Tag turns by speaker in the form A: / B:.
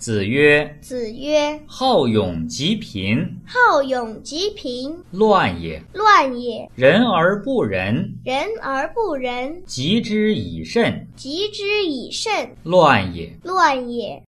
A: 子曰
B: 子曰：“
A: 好勇及贫，：“
B: 好勇及贫，
A: 乱也；
B: 乱也；
A: 人而不仁，
B: 人而不仁，
A: 及之以慎，
B: 及之以慎，
A: 乱也。”
B: 乱也。”